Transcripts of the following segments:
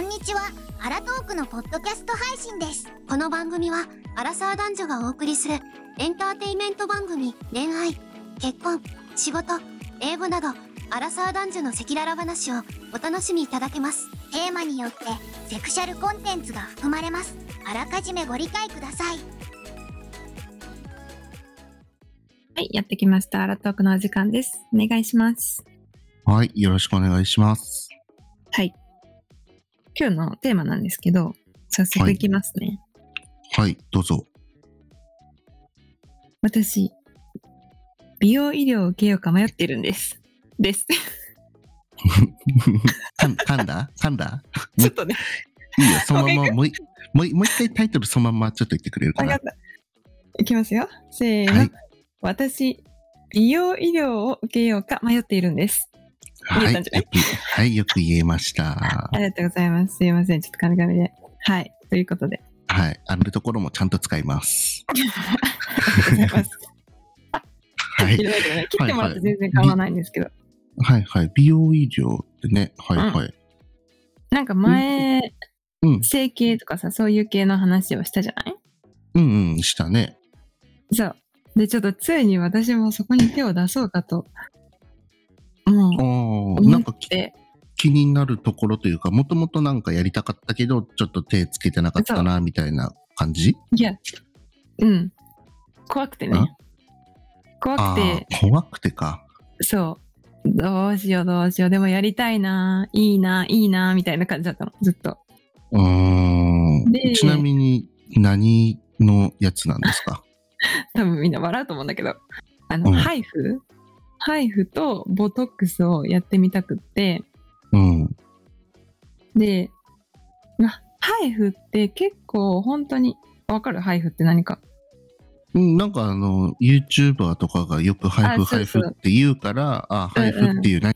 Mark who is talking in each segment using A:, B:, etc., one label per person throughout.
A: んにちはアラトークのポッドキャスト配信ですこの番組はアラサー男女がお送りするエンターテイメント番組恋愛結婚仕事英語などアラサー男女の赤裸々話をお楽しみいただけますテーマによってセクシャルコンテンツが含まれますあらかじめご理解ください
B: はい、やってきました。アラトークのお時間です。お願いします。
C: はい、よろしくお願いします。
B: はい。今日のテーマなんですけど、早速いきますね。
C: はい、どうぞ。
B: 私、美容医療を受けようか迷ってるんです。です。
C: かん噛んだ噛んだ
B: ちょっとね、
C: い いよ、そのまま、もうい、もういもう一回タイトルそのままちょっと言ってくれるか
B: わか
C: な
B: った。いきますよ。せーの。
C: はい
B: 私、美容医療を受けようか迷っているんです。
C: は
B: 言
C: い、
B: えた
C: よ
B: ん
C: く
B: じゃない、
C: はい、よく言えました
B: あ。りがとうございます。すいません。ちょっとカミカミで。はい。ということで。
C: はい、あのところもちゃんと使います。
B: ありがとうございます。
C: はい
B: い、ろいろね、切ってもらって全然構わないんですけど。
C: はい、はい、美容医療ってね、はい、はい。
B: なんか前、
C: うん、
B: 整形とかさそういう系の話をしたじゃない
C: うん、うん、したね。
B: そうでちょっとついに私もそこに手を出そうかともう
C: ああ、
B: 思
C: なんか
B: っ
C: き
B: て
C: 気になるところというか、もともとなんかやりたかったけど、ちょっと手つけてなかったな、みたいな感じ
B: いやうん怖くてね
C: ん
B: 怖
C: あ
B: くて
C: あ、怖くてか。
B: そうどうしようどうしようでもやりたいないいないいなみたいな感じだったのずっと
C: うー
B: で
C: ん。ちなみに何のやつなんで すか
B: 多分みんな笑うと思うんだけどあの、
C: うん
B: ハイフハイフとボトックスをやってみたくって、
C: うん。
B: で、ま、ハイフって結構本当に、わかるハイフって何か。
C: うんなんかあの、YouTuber とかがよく配布
B: あそ
C: 配
B: うそ
C: 布
B: う
C: って言うから、あ、
B: うんう
C: 配
B: ん
C: 布っていう何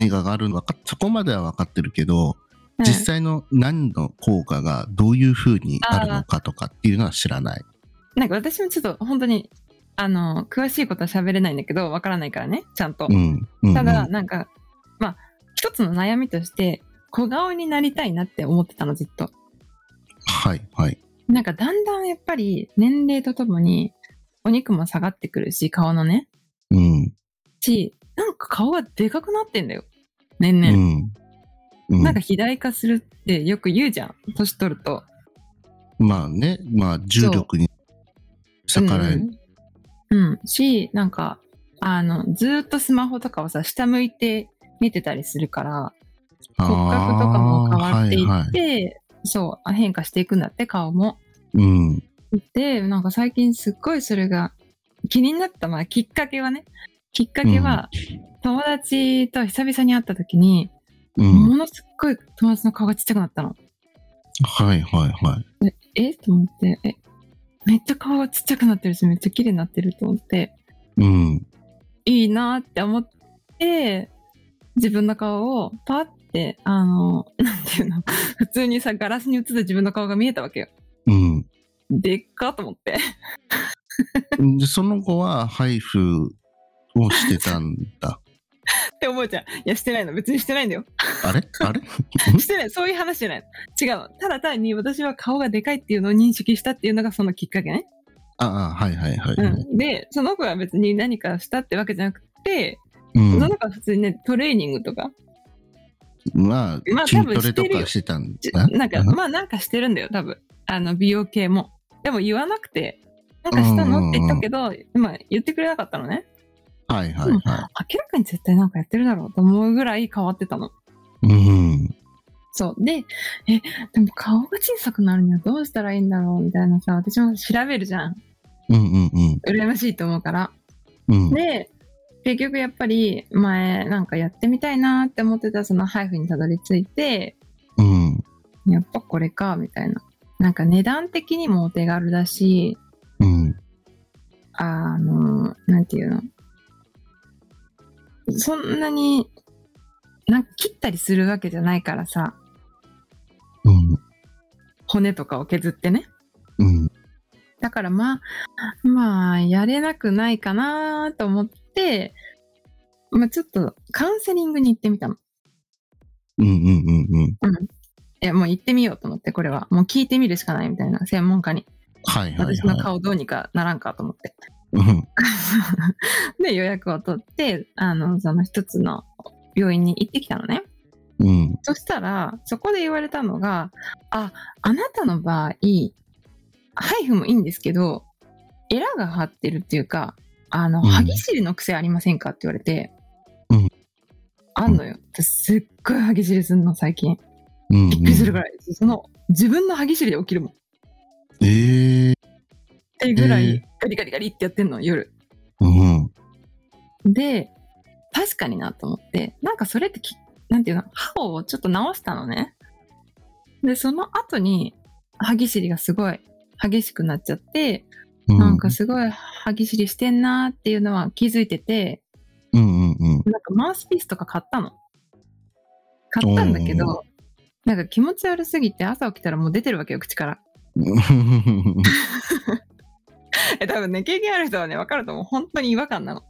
C: 何かがあるの分かっそこまでは分かってるけど、
B: うん
C: 実際の何の効果がどういうふうにあるのかとかっていうのは知らない。
B: なんか私もちょっと本当に、あの、詳しいことは喋れないんだけど、わからないからね、ちゃんと
C: う。ん。うん、
B: ただ、
C: うん、
B: なんか、まあ、一つの悩みとして、小顔になりたいなって思ってたの、ずっと。
C: はい、はい。
B: なんかだんだんやっぱり年齢とともに、お肉も下がってくるし、顔のね。
C: うん。
B: し、なんか顔がでかくなってんだよ。年々。
C: うん。うん、
B: なんか肥大化するってよく言うじゃん。年取ると。
C: まあね、まあ重力に逆らえ
B: うん、うんしなんかあのずーっとスマホとかをさ下向いて見てたりするから骨格とかも変わっていって、
C: あーはいはい、
B: そうあ変化していくんだって顔も
C: うん。
B: でなんか最近すっごいそれが気になった、まあ、きっかけはねきっかけは、友達と久々に会った時に、
C: うん。
B: ものすっごい友達の顔がちっちゃくなったの
C: はいはいはい。
B: えと思ってえめっちゃ顔がちっちゃくなってるしめっちゃ綺麗になってると思って
C: うん。
B: いいなって思って、自分の顔をパって、あの、なんていうの、普通にさ、ガラスに映った自分の顔が見えたわけよ。
C: うん。
B: でっかと思って。
C: で、その後は、配布をしてたんだ。
B: って思うじゃん。いや、してないの。別にしてないんだよ。
C: あれあれ
B: してない。そういう話じゃないの。違うの。ただ単に私は顔がでかいっていうのを認識したっていうのがそのきっかけね。
C: ああ、はいはいはい。
B: うん。で、その子は別に何かしたってわけじゃなくて、
C: うん。
B: その子は普通にね、トレーニングとか、
C: ま
B: まあ
C: あ、筋トレとかしてたん
B: ち
C: だ。
B: なんか、まあなんかしてるんだよ、多分。あの、美容系も。でも言わなくて、なんかしたのって言ったけど、まあ言ってくれなかったのね。
C: はいはいは
B: 明らかに絶対なんかやってるだろうと思うぐらい変わってたの。
C: い。うん。
B: そう。で、え、でも顔が小さくなるにはどうしたらいいんだろうみたいなさ、私も調べるじゃん。
C: うんうんうん。
B: 羨ましいと思うから。
C: うん。
B: で、結局やっぱり前なんかやってみたいなって思ってたその配布にたどり着いて、
C: うん。
B: やっぱこれか、みたいな。なんか値段的にもお手軽だし、
C: うん。
B: あの、なんていうの。そんなに、なんか切ったりするわけじゃないからさ、
C: うん。
B: 骨とかを削ってね。
C: うん。
B: だからまあ、まあ、やれなくないかなと思って、まあちょっとカウンセリングに行ってみたの。
C: うんうんうんうん。
B: いや、もう行ってみようと思って、これは。もう聞いてみるしかないみたいな、専門家に。
C: はいはい
B: 私の
C: は
B: 顔どうにかならんかと思って。
C: い。うん。
B: で、予約を取って、あの、その一つの病院に行ってきたのね。
C: うん。
B: そしたら、そこで言われたのが、あ、あなたの場合、ハイフもいいんですけど、エラが張ってるっていうか、あの、
C: うん
B: 歯ぎしりの癖ありませんかって言われて、
C: うん
B: あんのよ。私すっごい歯ぎしりすんの、最近。
C: うん。
B: びっくりするぐらい。その、自分の歯ぎしりで起きるもん。っ
C: ええ
B: ていうぐら
C: へ
B: い
C: え、
B: ガリガリガリってやってんの、夜。
C: うん。
B: で、確かになと思って、なんかそれってき、なんていうの、歯をちょっと直したのね。で、その後に、歯ぎしりがすごい激しくなっちゃって、
C: うん。
B: なんかすごい歯ぎしりしてんなーっていうのは気づいてて、
C: うんうんうん。
B: なんかマウスピースとか買ったの。買ったんだけど、なんか気持ち悪すぎて朝起きたらもう出てるわけよ、口から。 え、多分ね、経験ある人はね、わかると思う。本当に違和感なの。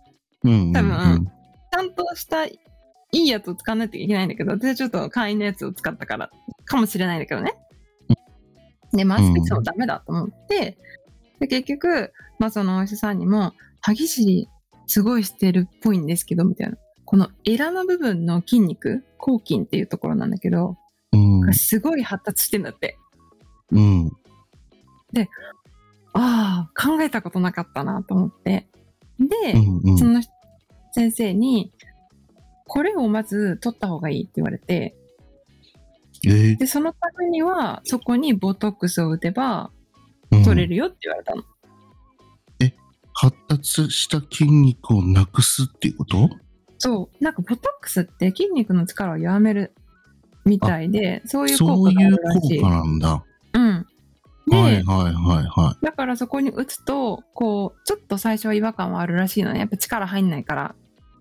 C: うん。
B: 多分ちゃんとしたいいやつを使わないといけないんだけど、私はちょっと会員のやつを使ったからかもしれないんだけどね。で、マウスピースもダメだと思って、で結局、まあそのお医者さんにも、歯ぎしりすごいしてるっぽいんですけど、みたいな。このエラの部分の筋肉、抗筋っていうところなんだけど、
C: うん。
B: がすごい発達してんだって。
C: うん。
B: ああ、考えたことなかったなと思って。で、
C: うんうん
B: その先生に、これをまず取った方がいいって言われて、
C: ええ
B: で、そのためには、そこにボトックスを打てば
C: うん
B: 取れるよって言われたの。
C: 発達した筋肉をなくすっていうこと
B: そう。なんかボトックスって筋肉の力を弱めるみたいで、そういう効
C: そ
B: 果
C: う
B: が
C: い
B: ある
C: う
B: らしい。
C: 効果なんだ。
B: うん。で、
C: はいはいはいは
B: だからそこに打つと、こう、ちょっと最初は違和感はあるらしいのね。やっぱ力入んないから。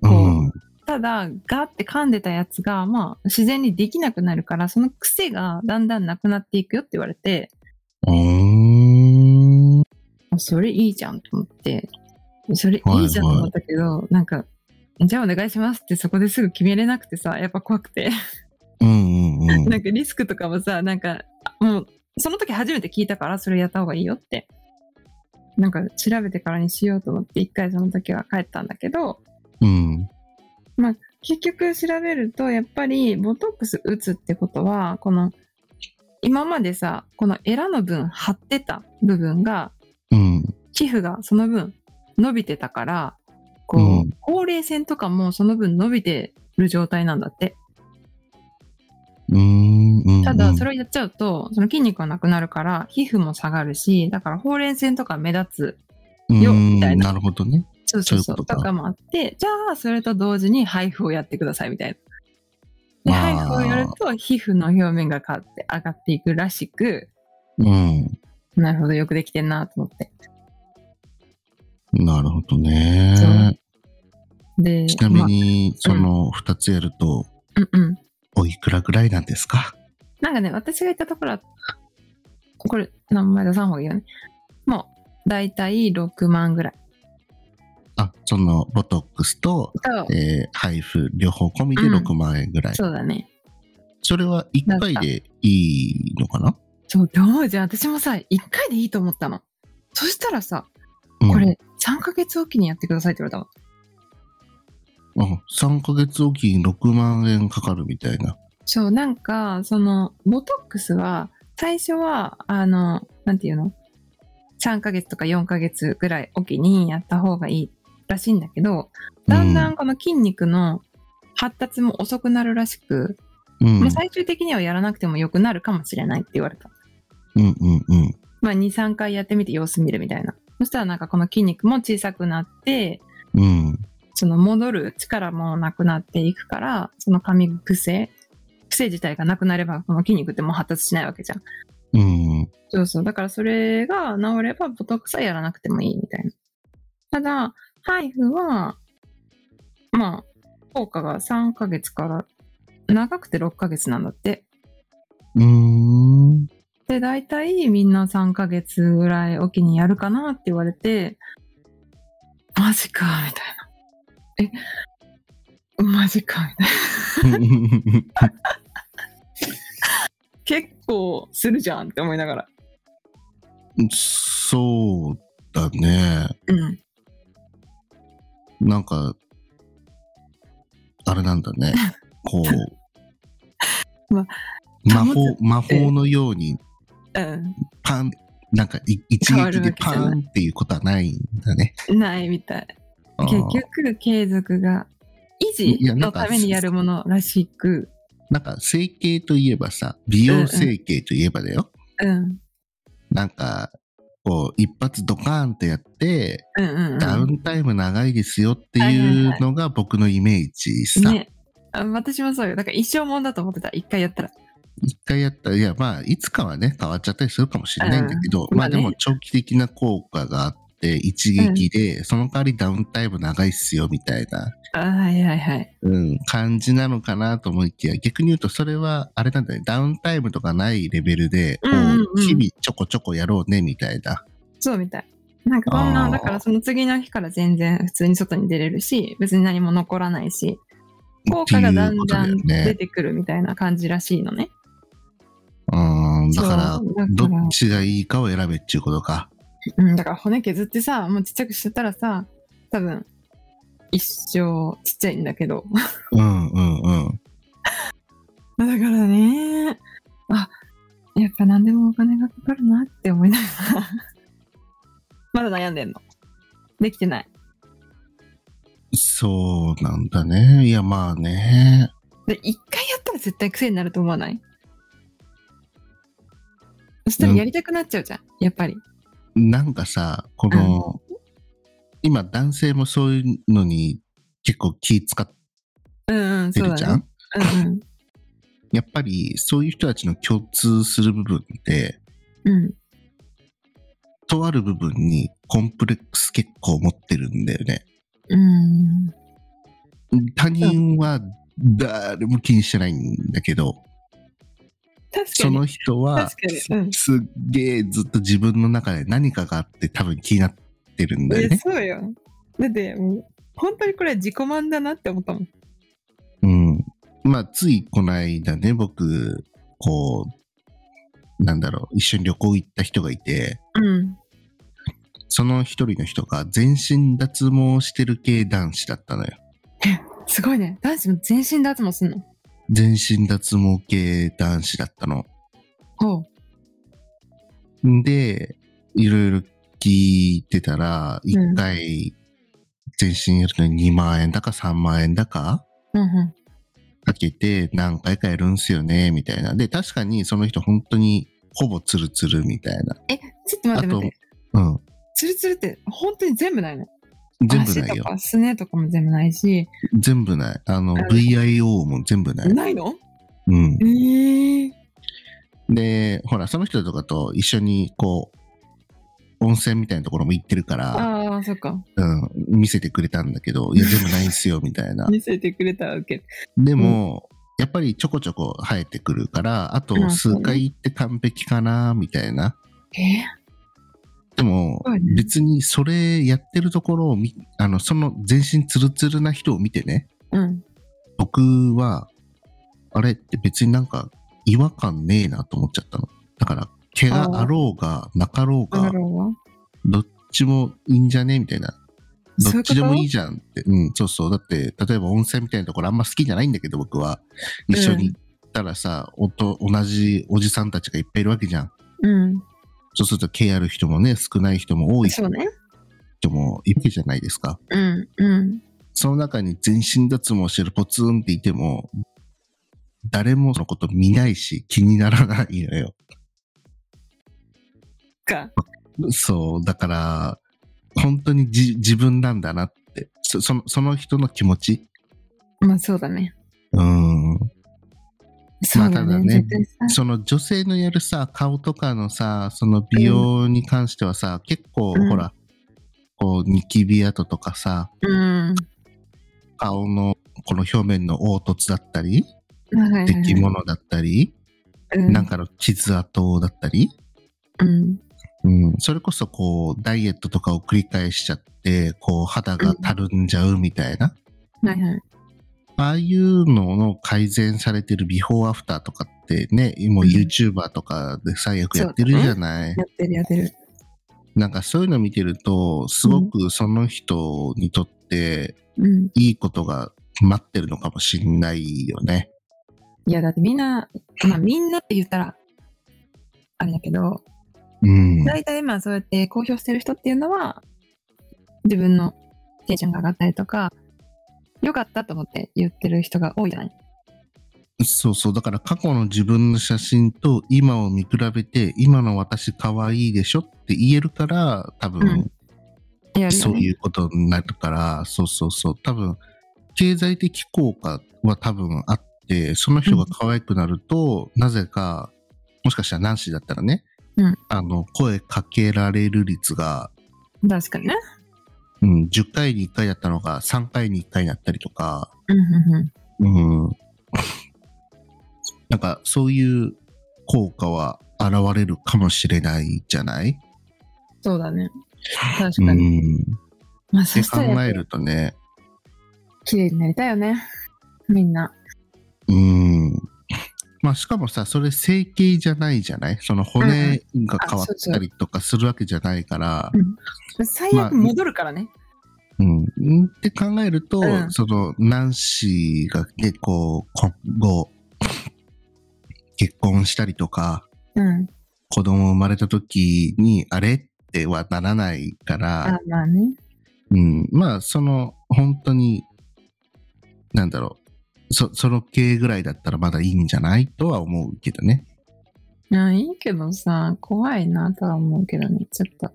C: い。うん。
B: ただ、ガって噛んでたやつが、まあ、自然にできなくなるから、その癖がだんだんなくなっていくよって言われて、
C: うーん。
B: あそれいいじゃんと思って、それいいじゃんと思ったけど、なんか、じゃあお願いしますってそこですぐ決めれなくてさ、やっぱ怖くて。
C: うんうんうん。
B: なんかリスクとかもさ、なんか、もう、その時初めて聞いたから、それやった方がいいよって。なんか、調べてからにしようと思って、一回その時は帰ったんだけど、
C: うん。
B: 結局調べるとやっぱりボトックス打つってことはこの今までさこのエラの分張ってた部分が
C: うん。
B: 皮膚がその分伸びてたからこう、
C: うん
B: ほうれい線とかもその分伸びてる状態なんだって
C: うん。うん。
B: ただそれ
C: れ
B: をやっちゃうとその筋肉がなくなるから皮膚も下がるしだからほうれい線とか目立つよみたいな
C: なるほどね。
B: そうそうそ
C: そういううこととか
B: かもあってじゃあそれと同時に配布をやってくださいみたいな。で
C: あ
B: 配
C: ー
B: 布をやると皮膚の表面が変わって上がっていくらしく
C: うん。
B: なるほど、よくできてんなと思って。
C: なるほど
B: そ
C: ね
B: う。で、
C: ちなみに、その2つやると、
B: まあ、うんうん。
C: おいくらぐらいなんですか
B: なんかね、私が行ったところは、これ、名前出さん方がいいよね。もう、だいたい6万ぐらい。
C: あ、その、ボトックスと、
B: と
C: えー、配布、両方込みで
B: うん
C: 6万円ぐらい。
B: そうだね。
C: それは1回でいいのかな
B: そう、って思うじゃん。私もさ、1回でいいと思ったの。そしたらさ、
C: うん
B: これ、3ヶ月おきにやってくださいって言われたの。
C: うん、3ヶ月おきに6万円かかるみたいな。
B: そう、なんか、その、ボトックスは、最初は、あの、なんていうの ?3 ヶ月とか4ヶ月ぐらいおきにやった方がいいらしいんだけど、だんだんこの筋肉の発達も遅くなるらしく、
C: うん。う
B: ま
C: ん
B: あ最終的にはやらなくても良くなるかもしれないって言われた。
C: うんうん。
B: まあ、2、3回やってみて様子見るみたいな。そしたらなんかこの筋肉も小さくなって、
C: うん。
B: その戻る力もなくなっていくから、その噛み癖、癖自体がなくなれば、この筋肉ってもう発達しないわけじゃん。
C: うん。
B: そうそう。だからそれが治れば、ボトックスはやらなくてもいいみたいな。ただ、ハイフは、まあ、効果が3ヶ月から、長くて6ヶ月なんだって。
C: うーん。
B: で、大体みんな3ヶ月ぐらいおきにやるかなって言われて、マジか、みたいな。え、マジか、みたいな。結構するじゃんって思いながら。
C: そうだね。
B: うん。
C: なんか、あれなんだね。こう。
B: ま
C: 魔法、魔法のように、
B: う
C: パン、なんかい、一
B: 変わ
C: 撃
B: るわ
C: で
B: けじゃ
C: パ
B: ない
C: ンっていうことはないんだね。
B: ん。ないみたい。
C: あー
B: 結局、継続が維持
C: いやな
B: の
C: んか
B: ためにやるものらしく。
C: なんか、整形といえばさ、美容整形といえばだよ。
B: うん。
C: なんか、こう、一発ドカーンとやって、
B: うんうん
C: ダウ
B: う
C: ンタイム長いですよっていうのが僕のイメージ
B: ん。
C: さ。
B: ね。あ私もそうよ。だから一生もんだと思ってた。一回やったら。
C: 一回やったら、いや、まあ、いつかはね、変わっちゃったりするかもしれないんだけど、
B: うんま
C: まあ
B: あね
C: でも長期的な効果があって、一撃で、その代わりダウンタイム長いっすよ、みたいな、
B: あはいはいはい。
C: うん、感じなのかなと思いきや、逆に言うと、それは、あれなんだね、ダウンタイムとかないレベルで、こう
B: うんうんうん
C: 日々ちょこちょこやろうね、みたいな。
B: そうみたい。なんかこん
C: あ
B: な、
C: ー
B: だからその次の日から全然普通に外に出れるし、別に何も残らないし、効果がだんだん
C: っていうことだよね
B: 出てくるみたいな感じらしいのね。
C: うん、だから
B: そうだから、
C: どっちがいいかを選べっていうことか。
B: うん、だから骨削ってさ、もうちっちゃくしてたらさ、多分、一生ちっちゃいんだけど。
C: うん、うん、うん。
B: だからね、あ、やっぱ何でもお金がかかるなって思いながら。 まだ悩んでんの。できてない。
C: そうなんだね。いや、まあね。
B: で、一回やったら絶対癖になると思わないそしたらやりたくなっちゃうじゃん、やっぱり。
C: なんかさ、この、今男性もそういうのに結構気使っ
B: うんうん、
C: て
B: そう
C: るじゃ
B: だ
C: ん、
B: ね。うん
C: やっぱりそういう人たちの共通する部分って、
B: うん。うん。
C: とある部分にコンプレックス結構持ってるんだよね。
B: うん。
C: 他人は誰も気にしてないんだけど、
B: 確か
C: その
B: に。
C: 人は
B: 確かにうん
C: すっげえずっと自分の中で何かがあって多分気になってるんだよ
B: え
C: ね。
B: そうよ。だって、もう、本当にこれ自己満だなって思ったもん。
C: うん。まあ、ついこの間ね、僕、こう、なんだろう、一緒に旅行行った人がいて、
B: うん。
C: その一人の人が全身脱毛してる系男子だったのよ。
B: すごいね。男子も全身脱毛すんの。
C: 全身脱毛系男子だったの。
B: ほう。
C: んで、いろいろ聞いてたら、一
B: うん
C: 回、全身やるのに2万円だか3万円だか
B: うんうん。
C: かけて何回かやるんすよね、みたいな。で、確かにその人本当にほぼツルツルみたいな。
B: え、ちょっと待って
C: あと
B: 待って。
C: うん。
B: ツルツルって本当に全部ないの
C: 全部ない
B: 足と
C: よ。
B: かすねとかも全部ないし。
C: 全部ない。あの、
B: ん
C: VIO も全部ない。
B: ないの
C: うん。
B: ええ
C: で、ほら、その人とかと一緒に、こう、温泉みたいなところも行ってるから、
B: ああ、そっか。
C: うん、見せてくれたんだけど、いや、全部ないんすよ、み たいな。
B: 見せてくれたらウケる。
C: でも、やっぱりちょこちょこ生えてくるから、あ
B: う
C: と
B: ん
C: 数回行って完璧かな、みたいな。
B: え
C: でも
B: そうね、
C: 別にそれやってるところを見、あの、その全身ツルツルな人を見てね、
B: うん。
C: 僕は、あれって別になんか違和感ねえなと思っちゃったの。だから、毛があろうがなかろう
B: あ
C: が、
B: らは。
C: どっちもいいんじゃねみたいな。
B: そういうこと
C: どっちでもいいじゃんって。うん、そうそう。だって、例えば温泉みたいなところあんま好きじゃないんだけど、僕は。一緒に行ったらさ、おと同じおじさんたちがいっぱいいるわけじゃん。
B: うん。
C: そうすると、毛ある人もね、少ない人も多い人
B: そうね。
C: もいるわけじゃないですか。
B: うん。うん。
C: その中に全身脱毛してるポツンっていても、誰もそのこと見ないし、気にならないのよ。
B: か。
C: そう、だから、本当にじ自分なんだなって。そそのその人の気持ち。
B: まあそうだね。
C: うん。
B: そうだ
C: まあた
B: ね。
C: だね
B: 絶対さ
C: その女性のやるさ、顔とかのさ、その美容に関してはさ、結構、
B: うん
C: ほら、こう、ニキビ跡とかさ、
B: うん。
C: 顔のこの表面の凹凸だったり、
B: はいはいはい
C: 出来物だったり、
B: うん
C: なんかの傷跡だったり、
B: うん。
C: うん、それこそこう、ダイエットとかを繰り返しちゃって、こう、肌がたるんじゃうみたいな
B: はいはい。
C: ああいうのの改善されてるビフォーアフターとかってね、もう YouTuber とかで最悪やってるじゃない。
B: やってるやってる。
C: なんかそういうの見てると、すごくその人にとって
B: うん。
C: いいことが待ってるのかもしんないよね。
B: いや、だってみんな、まあみんなって言ったら、あれだけど、
C: うん。
B: 大体今そうやって公表してる人っていうのは、自分のテンションが上がったりとか、良かったと思って言ってる人が多いじゃない
C: そうそう。だから過去の自分の写真と今を見比べて、今の私可愛いでしょって言えるから、多分
B: やるよね
C: そういうことになるから、そうそうそう。多分、経済的効果は多分あって、その人が可愛くなると、なぜか、もしかしたらナンシーだったらね、
B: うん
C: あの、声かけられる率が、
B: 確かにね。
C: うん、10回に1回だったのが3回に1回になったりとか、
B: うんうんうん。
C: うん。 なんか、そういう効果は現れるかもしれないじゃない
B: そうだね。
C: う
B: 確
C: ん。
B: かに。
C: っ
B: まあそ
C: て
B: した
C: 考
B: らや
C: え
B: っぱ
C: るとね、
B: 綺麗になりたいよね。みんな。
C: うん。まあしかもさ、それ整形じゃないじゃないその骨が変わったりとかするわけじゃないから、
B: 最
C: まあ
B: 悪戻るからね。
C: うん。うんって考えると、
B: うん
C: その、ナンシーがね、こう、今後、結婚したりとか、
B: うん。
C: 子供生まれた時に、あれってはならないから、
B: あまあね。
C: うん、まあその本当になんだろうそその系ぐらいだったらまだいいんじゃないとは思うけどね
B: うん、いいけどさ、怖いなとは思うけどね、ちょっと。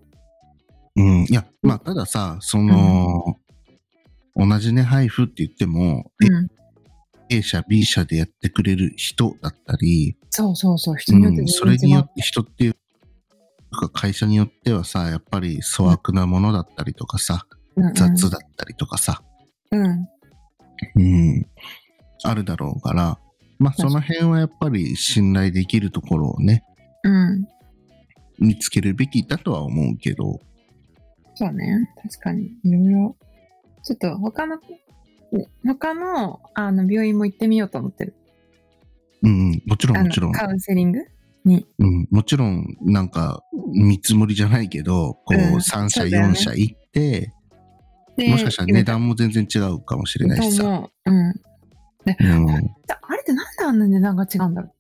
C: うんいやまあたださその、同じね配布って言っても、
B: うん。
C: A 社 B 社でやってくれる人だったり、
B: そうそうそう、人
C: う
B: によって
C: ん、それ
B: 全然
C: に
B: 違
C: よ
B: う。
C: って人っていうか会社によってはさやっぱり粗悪なものだったりとか
B: うん
C: さ、
B: うん
C: 雑だったりとかさ、
B: うん。
C: うん、あるだろうから、まあ
B: 確か
C: そ
B: に
C: の辺はやっぱり信頼できるところをね、
B: うん。
C: 見つけるべきだとは思うけど、
B: そうね。確かに。いろいろ。ちょっと他の、ね他の、あの、病院も行ってみようと思ってる。
C: うんうん、もちろん
B: あ
C: もちろ
B: の、
C: ん、
B: カウンセリングに。
C: うん、もちろんなんか見積もりじゃないけど、こう
B: うん
C: 3社
B: そうだよね
C: 4社行って、
B: で
C: もしかしたら値段も全然違うかもしれないし
B: と
C: さ。
B: 思う。うん。
C: うん、
B: であれってなんであんな値段が違うんだろ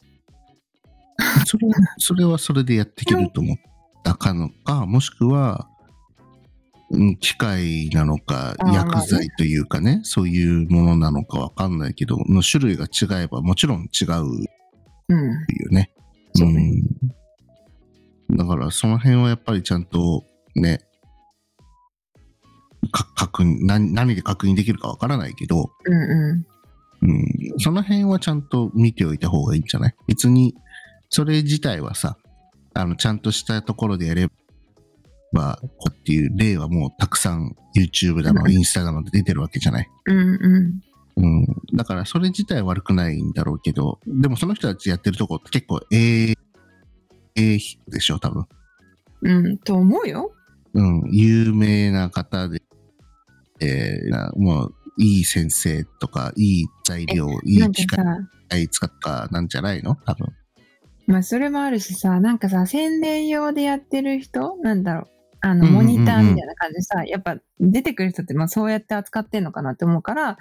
C: それはそれはそれでやっていけると思ったかのか、もしくは、うん機械なのか
B: あー
C: 薬剤というかね、そういうものなのかわかんないけど、の種類が違えばもちろん違
B: う。
C: う
B: うん。
C: よね。
B: そうね。
C: うん、だからその辺はやっぱりちゃんとね、か確認何何で確認できるかわからないけど、
B: うんう
C: うん、その辺はちゃんと見ておいた方がいいんじゃない別に、それ自体はさ、あの、ちゃんとしたところでやれば、こうっていう例はもうたくさん YouTube だの、
B: うん
C: インスタだので出てるわけじゃない。
B: ん。うんうん。
C: うん。だから、それ自体は悪くないんだろうけど、でもその人たちやってるとこって結構、ええええでしょ、多分。
B: うん、と思うよ。
C: うん。有名な方で、えーなもう、いい先生とか、いい材料、い
B: ないんか
C: 機械
B: さ、
C: 使ったなんじゃないの多分。
B: まあそれもあるしさ、なんかさ、宣伝用でやってる人なんだろう。あ
C: う
B: の、
C: んうんう
B: モ
C: んうん
B: ニターみたいな感じでさ、やっぱ出てくる人ってまあそうやって扱ってんのかなって思うから、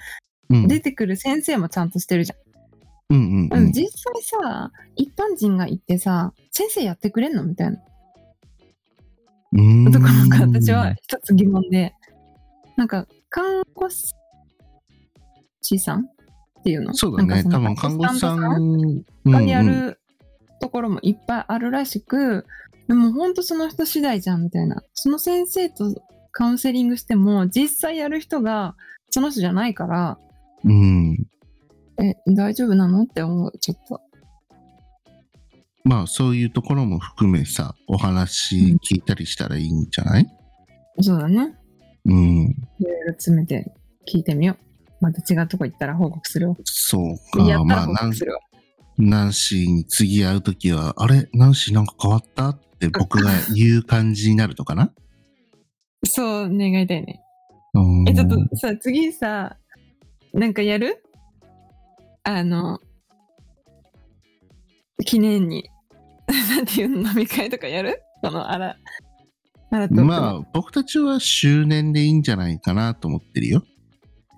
C: うん
B: 出てくる先生もちゃんとしてるじゃん。
C: うんうん
B: う
C: うんん。
B: 実際さ、一般人が行ってさ、先生やってくれんのみたいな
C: うん
B: ところが私は一つ疑問で、なんか看護師さんっていうの
C: そうだね。
B: なんかそ
C: 多
B: の
C: 分看護師さ
B: アシス
C: ん
B: タントさん
C: うん
B: がや
C: うん
B: るところもいっぱいあるらしく、でも本当その人次第じゃんみたいな。その先生とカウンセリングしても、実際やる人がその人じゃないから、
C: うん。
B: え、大丈夫なのって思う、ちょっと。
C: まあそういうところも含めさ、お話聞いたりしたらいいんじゃない
B: そうだね。
C: うん。
B: いろいろ詰めて聞いてみよう。また違うとこ行ったら報告するわ。
C: そう
B: や
C: か。
B: ったら
C: まあ
B: 報
C: なん
B: 告するわ。
C: ナンシーに次会うときは、あれナンシーなんか変わったって僕が言う感じになるの かな
B: そう、願いたいね。
C: うん
B: え、ちょっとさ、次さ、なんかやるあの、記念に、なんていうの、飲み会とかやるこのあら、あらと。
C: まあ、僕たちは周年でいいんじゃないかなと思ってるよ。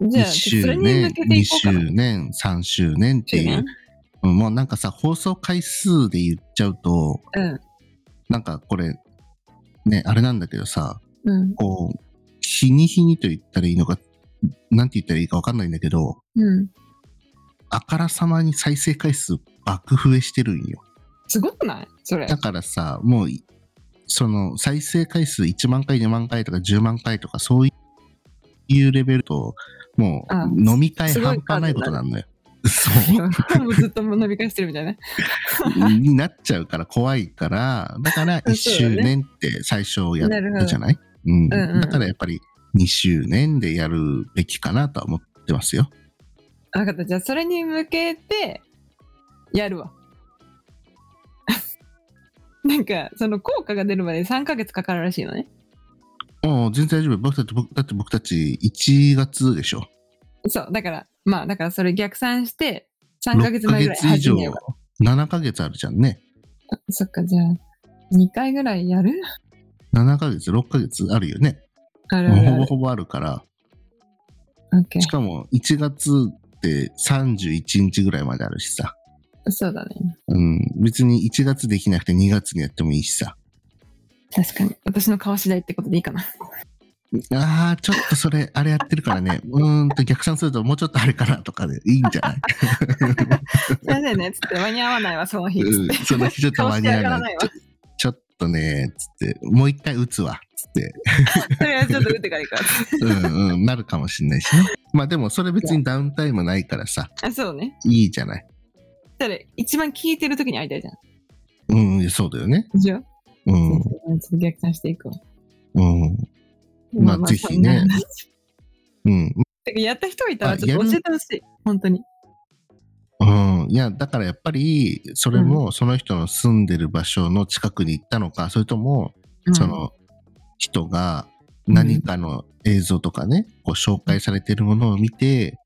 B: じゃあ、
C: 1
B: そ
C: 周
B: れに
C: 年
B: 向け、て
C: 2
B: いこうかな。
C: 周年、3周年っていう。うんもうなんかさ、放送回数で言っちゃうと、
B: うん
C: なんかこれ、ね、あれなんだけどさ、
B: うん。
C: こう、日に日にと言ったらいいのか、なんて言ったらいいかわかんないんだけど、
B: うん。
C: あからさまに再生回数爆増えしてるんよ。
B: すごくないそれ。
C: だからさ、もうい、その再生回数1万回、2万回とか10万回とかそういうレベルと、も
B: あ
C: う飲み会
B: すごい
C: 半端ないことなんだよ。そう。
B: もうずっと飲み会してるみたいな。
C: になっちゃうから怖いから、だから1周年って最初やったじゃないうん。
B: どうんうん
C: だからやっぱり2周年でやるべきかなとは思ってますよ。
B: 分かった。じゃあ、それに向けて、やるわ。 なんか、その効果が出るまで3ヶ月かかるらしいのね。
C: もう全然大丈夫。僕たち、僕だって僕たち1月でしょ。
B: そう、だから、まあ、だからそれ逆算して、3ヶ
C: 6
B: 月
C: ヶ
B: 前ぐらい
C: 月以
B: 始
C: 上
B: めようか、
C: 7ヶ月あるじゃんね。
B: そっか、じゃあ、2回ぐらいやる
C: 7ヶ月、6ヶ月あるよね。
B: あるある
C: ほ
B: あ
C: ぼ
B: る。
C: ほぼあるから。
B: OK
C: し。かも1月って31日ぐらいまであるしさ。
B: そうだね。
C: うん。別に1月できなくて2月にやってもいいしさ。
B: 確かに。私の顔次第ってことでいい かな。
C: ああ、ちょっとそれ、あれやってるからね、 うーんと逆算するともうちょっとあれかなとかでいいんじゃない
B: 先生ね、つって、間に合わないわ、その日。つっ
C: うん
B: て。
C: その日ちょっと間に
B: 顔次
C: 合
B: 第上が
C: わ
B: ら
C: な
B: ない
C: い
B: わ。。
C: ちょっとね、つって、もう一回打つわ、つって、
B: とりあえずちょっと打ってからいいか
C: うんうん、なるかもしんないしね。まあでもそれ別にダウンタイムないからさ、
B: ら。あ、そうね。
C: いいじゃない。
B: ただ、一番聞いてる時に会いたいじゃん。
C: うんうん、そうだよね。
B: でしょ
C: うん、
B: ちょっと逆算していくわ。
C: うん、まあぜひね
B: そんな話
C: うん、
B: てかやった人がいたら、
C: あ
B: ちょっと
C: やる
B: 教えてほしい。本当に。
C: うん。いや、だからやっぱり、それもその人の住んでる場所の近くに行ったのか、それとも、
B: うん
C: その人が何かの映像とかね、こう紹介されてるものを見て、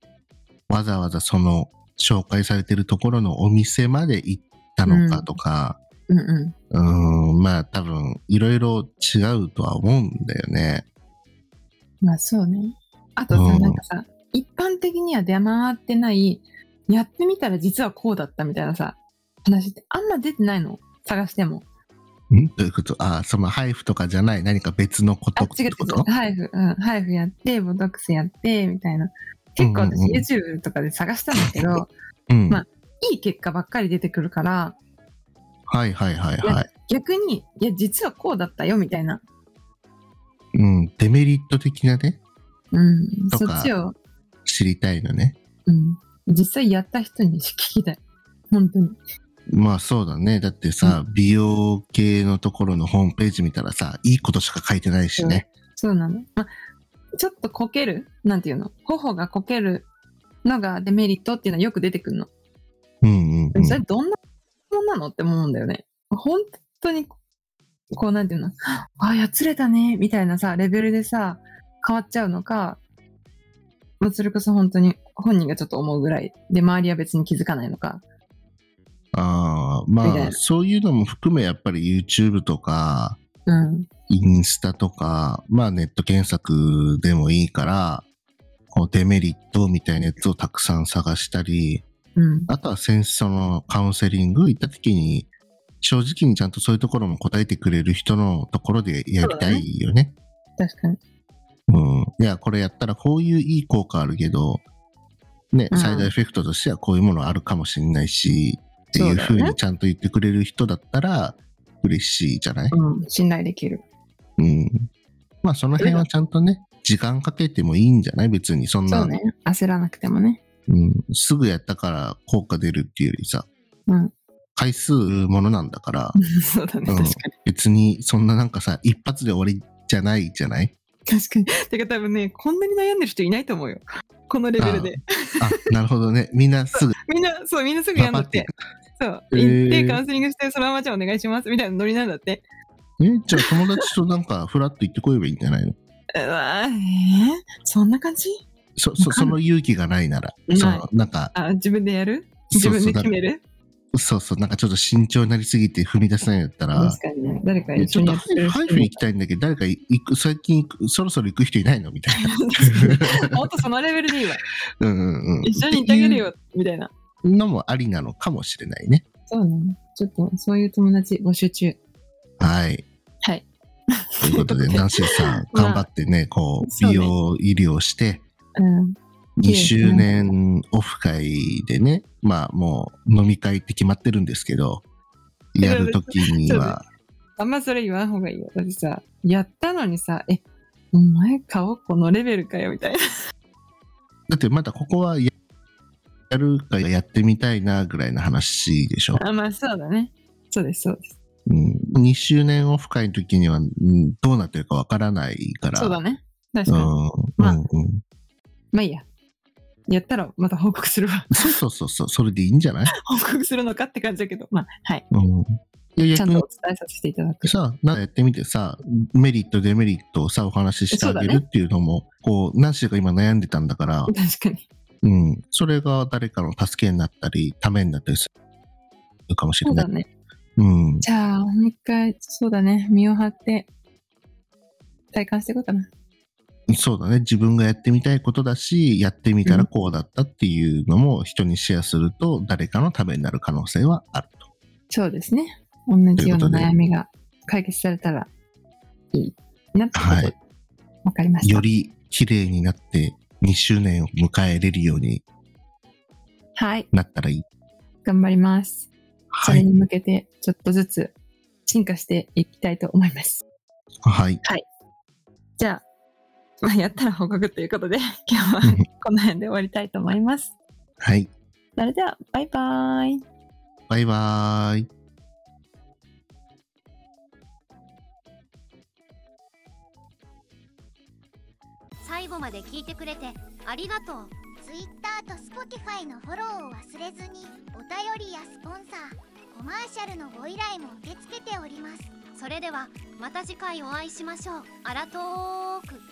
C: わざわざその紹介されてるところのお店まで行ったのかとか、
B: うんうん。
C: うーん、まあ多分いろいろ違うとは思うんだよね。
B: まあそうね。あとさ、
C: うん
B: なんかさ、一般的には出回ってない、やってみたら実はこうだったみたいなさ、話ってあんま出てないの探しても。
C: んということああ、その配布とかじゃない何か別のこ
B: あ、
C: とっ
B: 違う違
C: てこ
B: う
C: と。
B: ハイフ、うん、ハイフやって、ボトックスやって、みたいな。結構
C: うんうんうん
B: 私 YouTube とかで探したんだけど、
C: うん。
B: まあいい結果ばっかり出てくるから、
C: はいはいはいはい。
B: 逆に、いや、実はこうだったよ、みたいな。
C: うん。デメリット的なね、
B: うん。
C: と
B: そ
C: か
B: っちを、
C: 知りたいのね。
B: うん。実際やった人に聞きたい。本当に。
C: まあそうだね。だってさ、美容系のところのホームページ見たらさ、いいことしか書いてないしね。
B: そうなの。まあ、ちょっとこける、なんていうの、頬がこけるのがデメリットっていうのはよく出てくるの。
C: うんうん、
B: で
C: うん
B: もそれどんなもんなのって思うんだよね。本当に、こうなんていうの、あ、やつれたね、みたいなさ、レベルでさ、変わっちゃうのか、まあ、それこそ本当に本人がちょっと思うぐらいで、周りは別に気づかないのか。
C: ああ、
B: みたい
C: まあ
B: な
C: そういうのも含めやっぱり YouTube とか、
B: うん。
C: インスタとか、まあネット検索でもいいから、こうデメリットみたいなやつをたくさん探したり、
B: うん。
C: あとは先そのカウンセリング行った時に、正直にちゃんとそういうところも答えてくれる人のところでやりたいよね。
B: 確かに。
C: うん。いや、これやったらこういういい効果あるけど、ね、
B: うん
C: サイドエフェクトとしてはこういうものあるかもしれないし、ってい
B: そううだよ
C: ふ
B: ね
C: うにちゃんと言ってくれる人だったら嬉しいじゃない、
B: うん。信頼できる。
C: うん。まあ、その辺はちゃんとね、時間かけてもいいんじゃない別にそんな
B: そうね。焦らなくてもね。
C: うん、すぐやったから効果出るっていうよりさ、
B: うん
C: 回数ものなんだから、
B: そうだね。
C: うん
B: 確かに。
C: 別にそんななんかさ、一発で終わりじゃないじゃない
B: 確かに。てか多分ね、こんなに悩んでる人いないと思うよ。このレベルで。
C: あ、なるほどね。みんな すぐ、
B: みんな、そう、みんなすぐや
C: パ
B: ん
C: パ
B: だ
C: っ
B: って
C: い
B: て
C: く。
B: そう。
C: へー
B: 行って、カウンセリングして、そのままじゃあお願いします。みたいなノリなんだって。
C: えじゃあ友達となんかフラッと行ってこえばいいんじゃないの
B: うわーえー、そんな感じ
C: そそその勇気がないなら、
B: ない
C: そのなんか
B: あ、自分でやる自分で決める
C: そうそうなんかちょっと慎重になりすぎて踏み出せないんだったら
B: 確かにね。誰か
C: え
B: 一
C: ち
B: 緒
C: ょっ
B: に
C: と
B: やってる
C: ハイ
B: 人
C: ハイフン行きたいんだけど誰か行く最近行くそろそろ行く人いないのみたいな
B: もっとそのレベルでいいわ。
C: うんうん、うん、
B: 一緒に行ってあげるよ、みたいな。
C: っていうのもありなのかもしれないね
B: そうね。ちょっと、そういう友達募集中。
C: はい
B: はい。
C: とい うことでナンシーさん
B: まあ
C: 頑張ってねこう
B: そう
C: 美
B: ね
C: 容医療して
B: うん。
C: 2周年オフ会でねまあもう飲み会って決まってるんですけどやるときには
B: あんまそれ言わん方がいいよ。だってさ、やったのにさ、え、お前顔このレベルかよ、みたいな。
C: だってまだここはややるかやってみたいなぐらいの話でしょ、
B: あ、まあそうだね。そうです、そうです。
C: うん、2周年オフ会の時には、うんどうなってるかわからないから
B: そうだね。確
C: う
B: かに。
C: ん
B: まあ
C: うんうん
B: まあいいや。やったらまた報告するわ。
C: そうそうそうそうそれでいいんじゃない、
B: 報告するのかって感じだけど、まあ、はい。
C: うん、い や
B: ちゃんとお
C: 逆に
B: 伝えさせていただく。
C: さなんかやってみてさメリットデメリットをさお話ししてあげ
B: そうだ
C: るっていうのもこう何種か今悩んでたんだから、
B: 確かに。
C: うん、それが誰かの助けになったりためになったりするかもし
B: そ
C: れ
B: う
C: な
B: だ
C: い。
B: ね。
C: うん、
B: じゃあ、もう一回、そうだね。身を張って、体感していこうかな。
C: そうだね自分がやってみたいことだしやってみたらこうだったっていうのも人にシェアすると誰かのためになる可能性はあると。
B: そうですね。同じよう
C: ということで
B: な悩みが解決されたらいいなってこと。
C: はい
B: わかりました。
C: より綺麗になって2周年を迎えれるように
B: はい。
C: なったらいい。
B: 頑張ります。そ
C: は
B: れに
C: い。
B: 向けて、ちょっとずつ進化していきたいと思います。
C: はい。
B: じゃあ、まあ、やったら報告ということで、今日は
C: うん
B: この辺で終わりたいと思います。
C: はい。
B: それでは、バイバーイ。
C: バイバーイ。
A: 最後まで聞いてくれてありがとう Twitter と Spotify のフォローを忘れずにお便りやスポンサーコマーシャルのご依頼も受け付けておりますそれではまた次回お会いしましょうあらとーく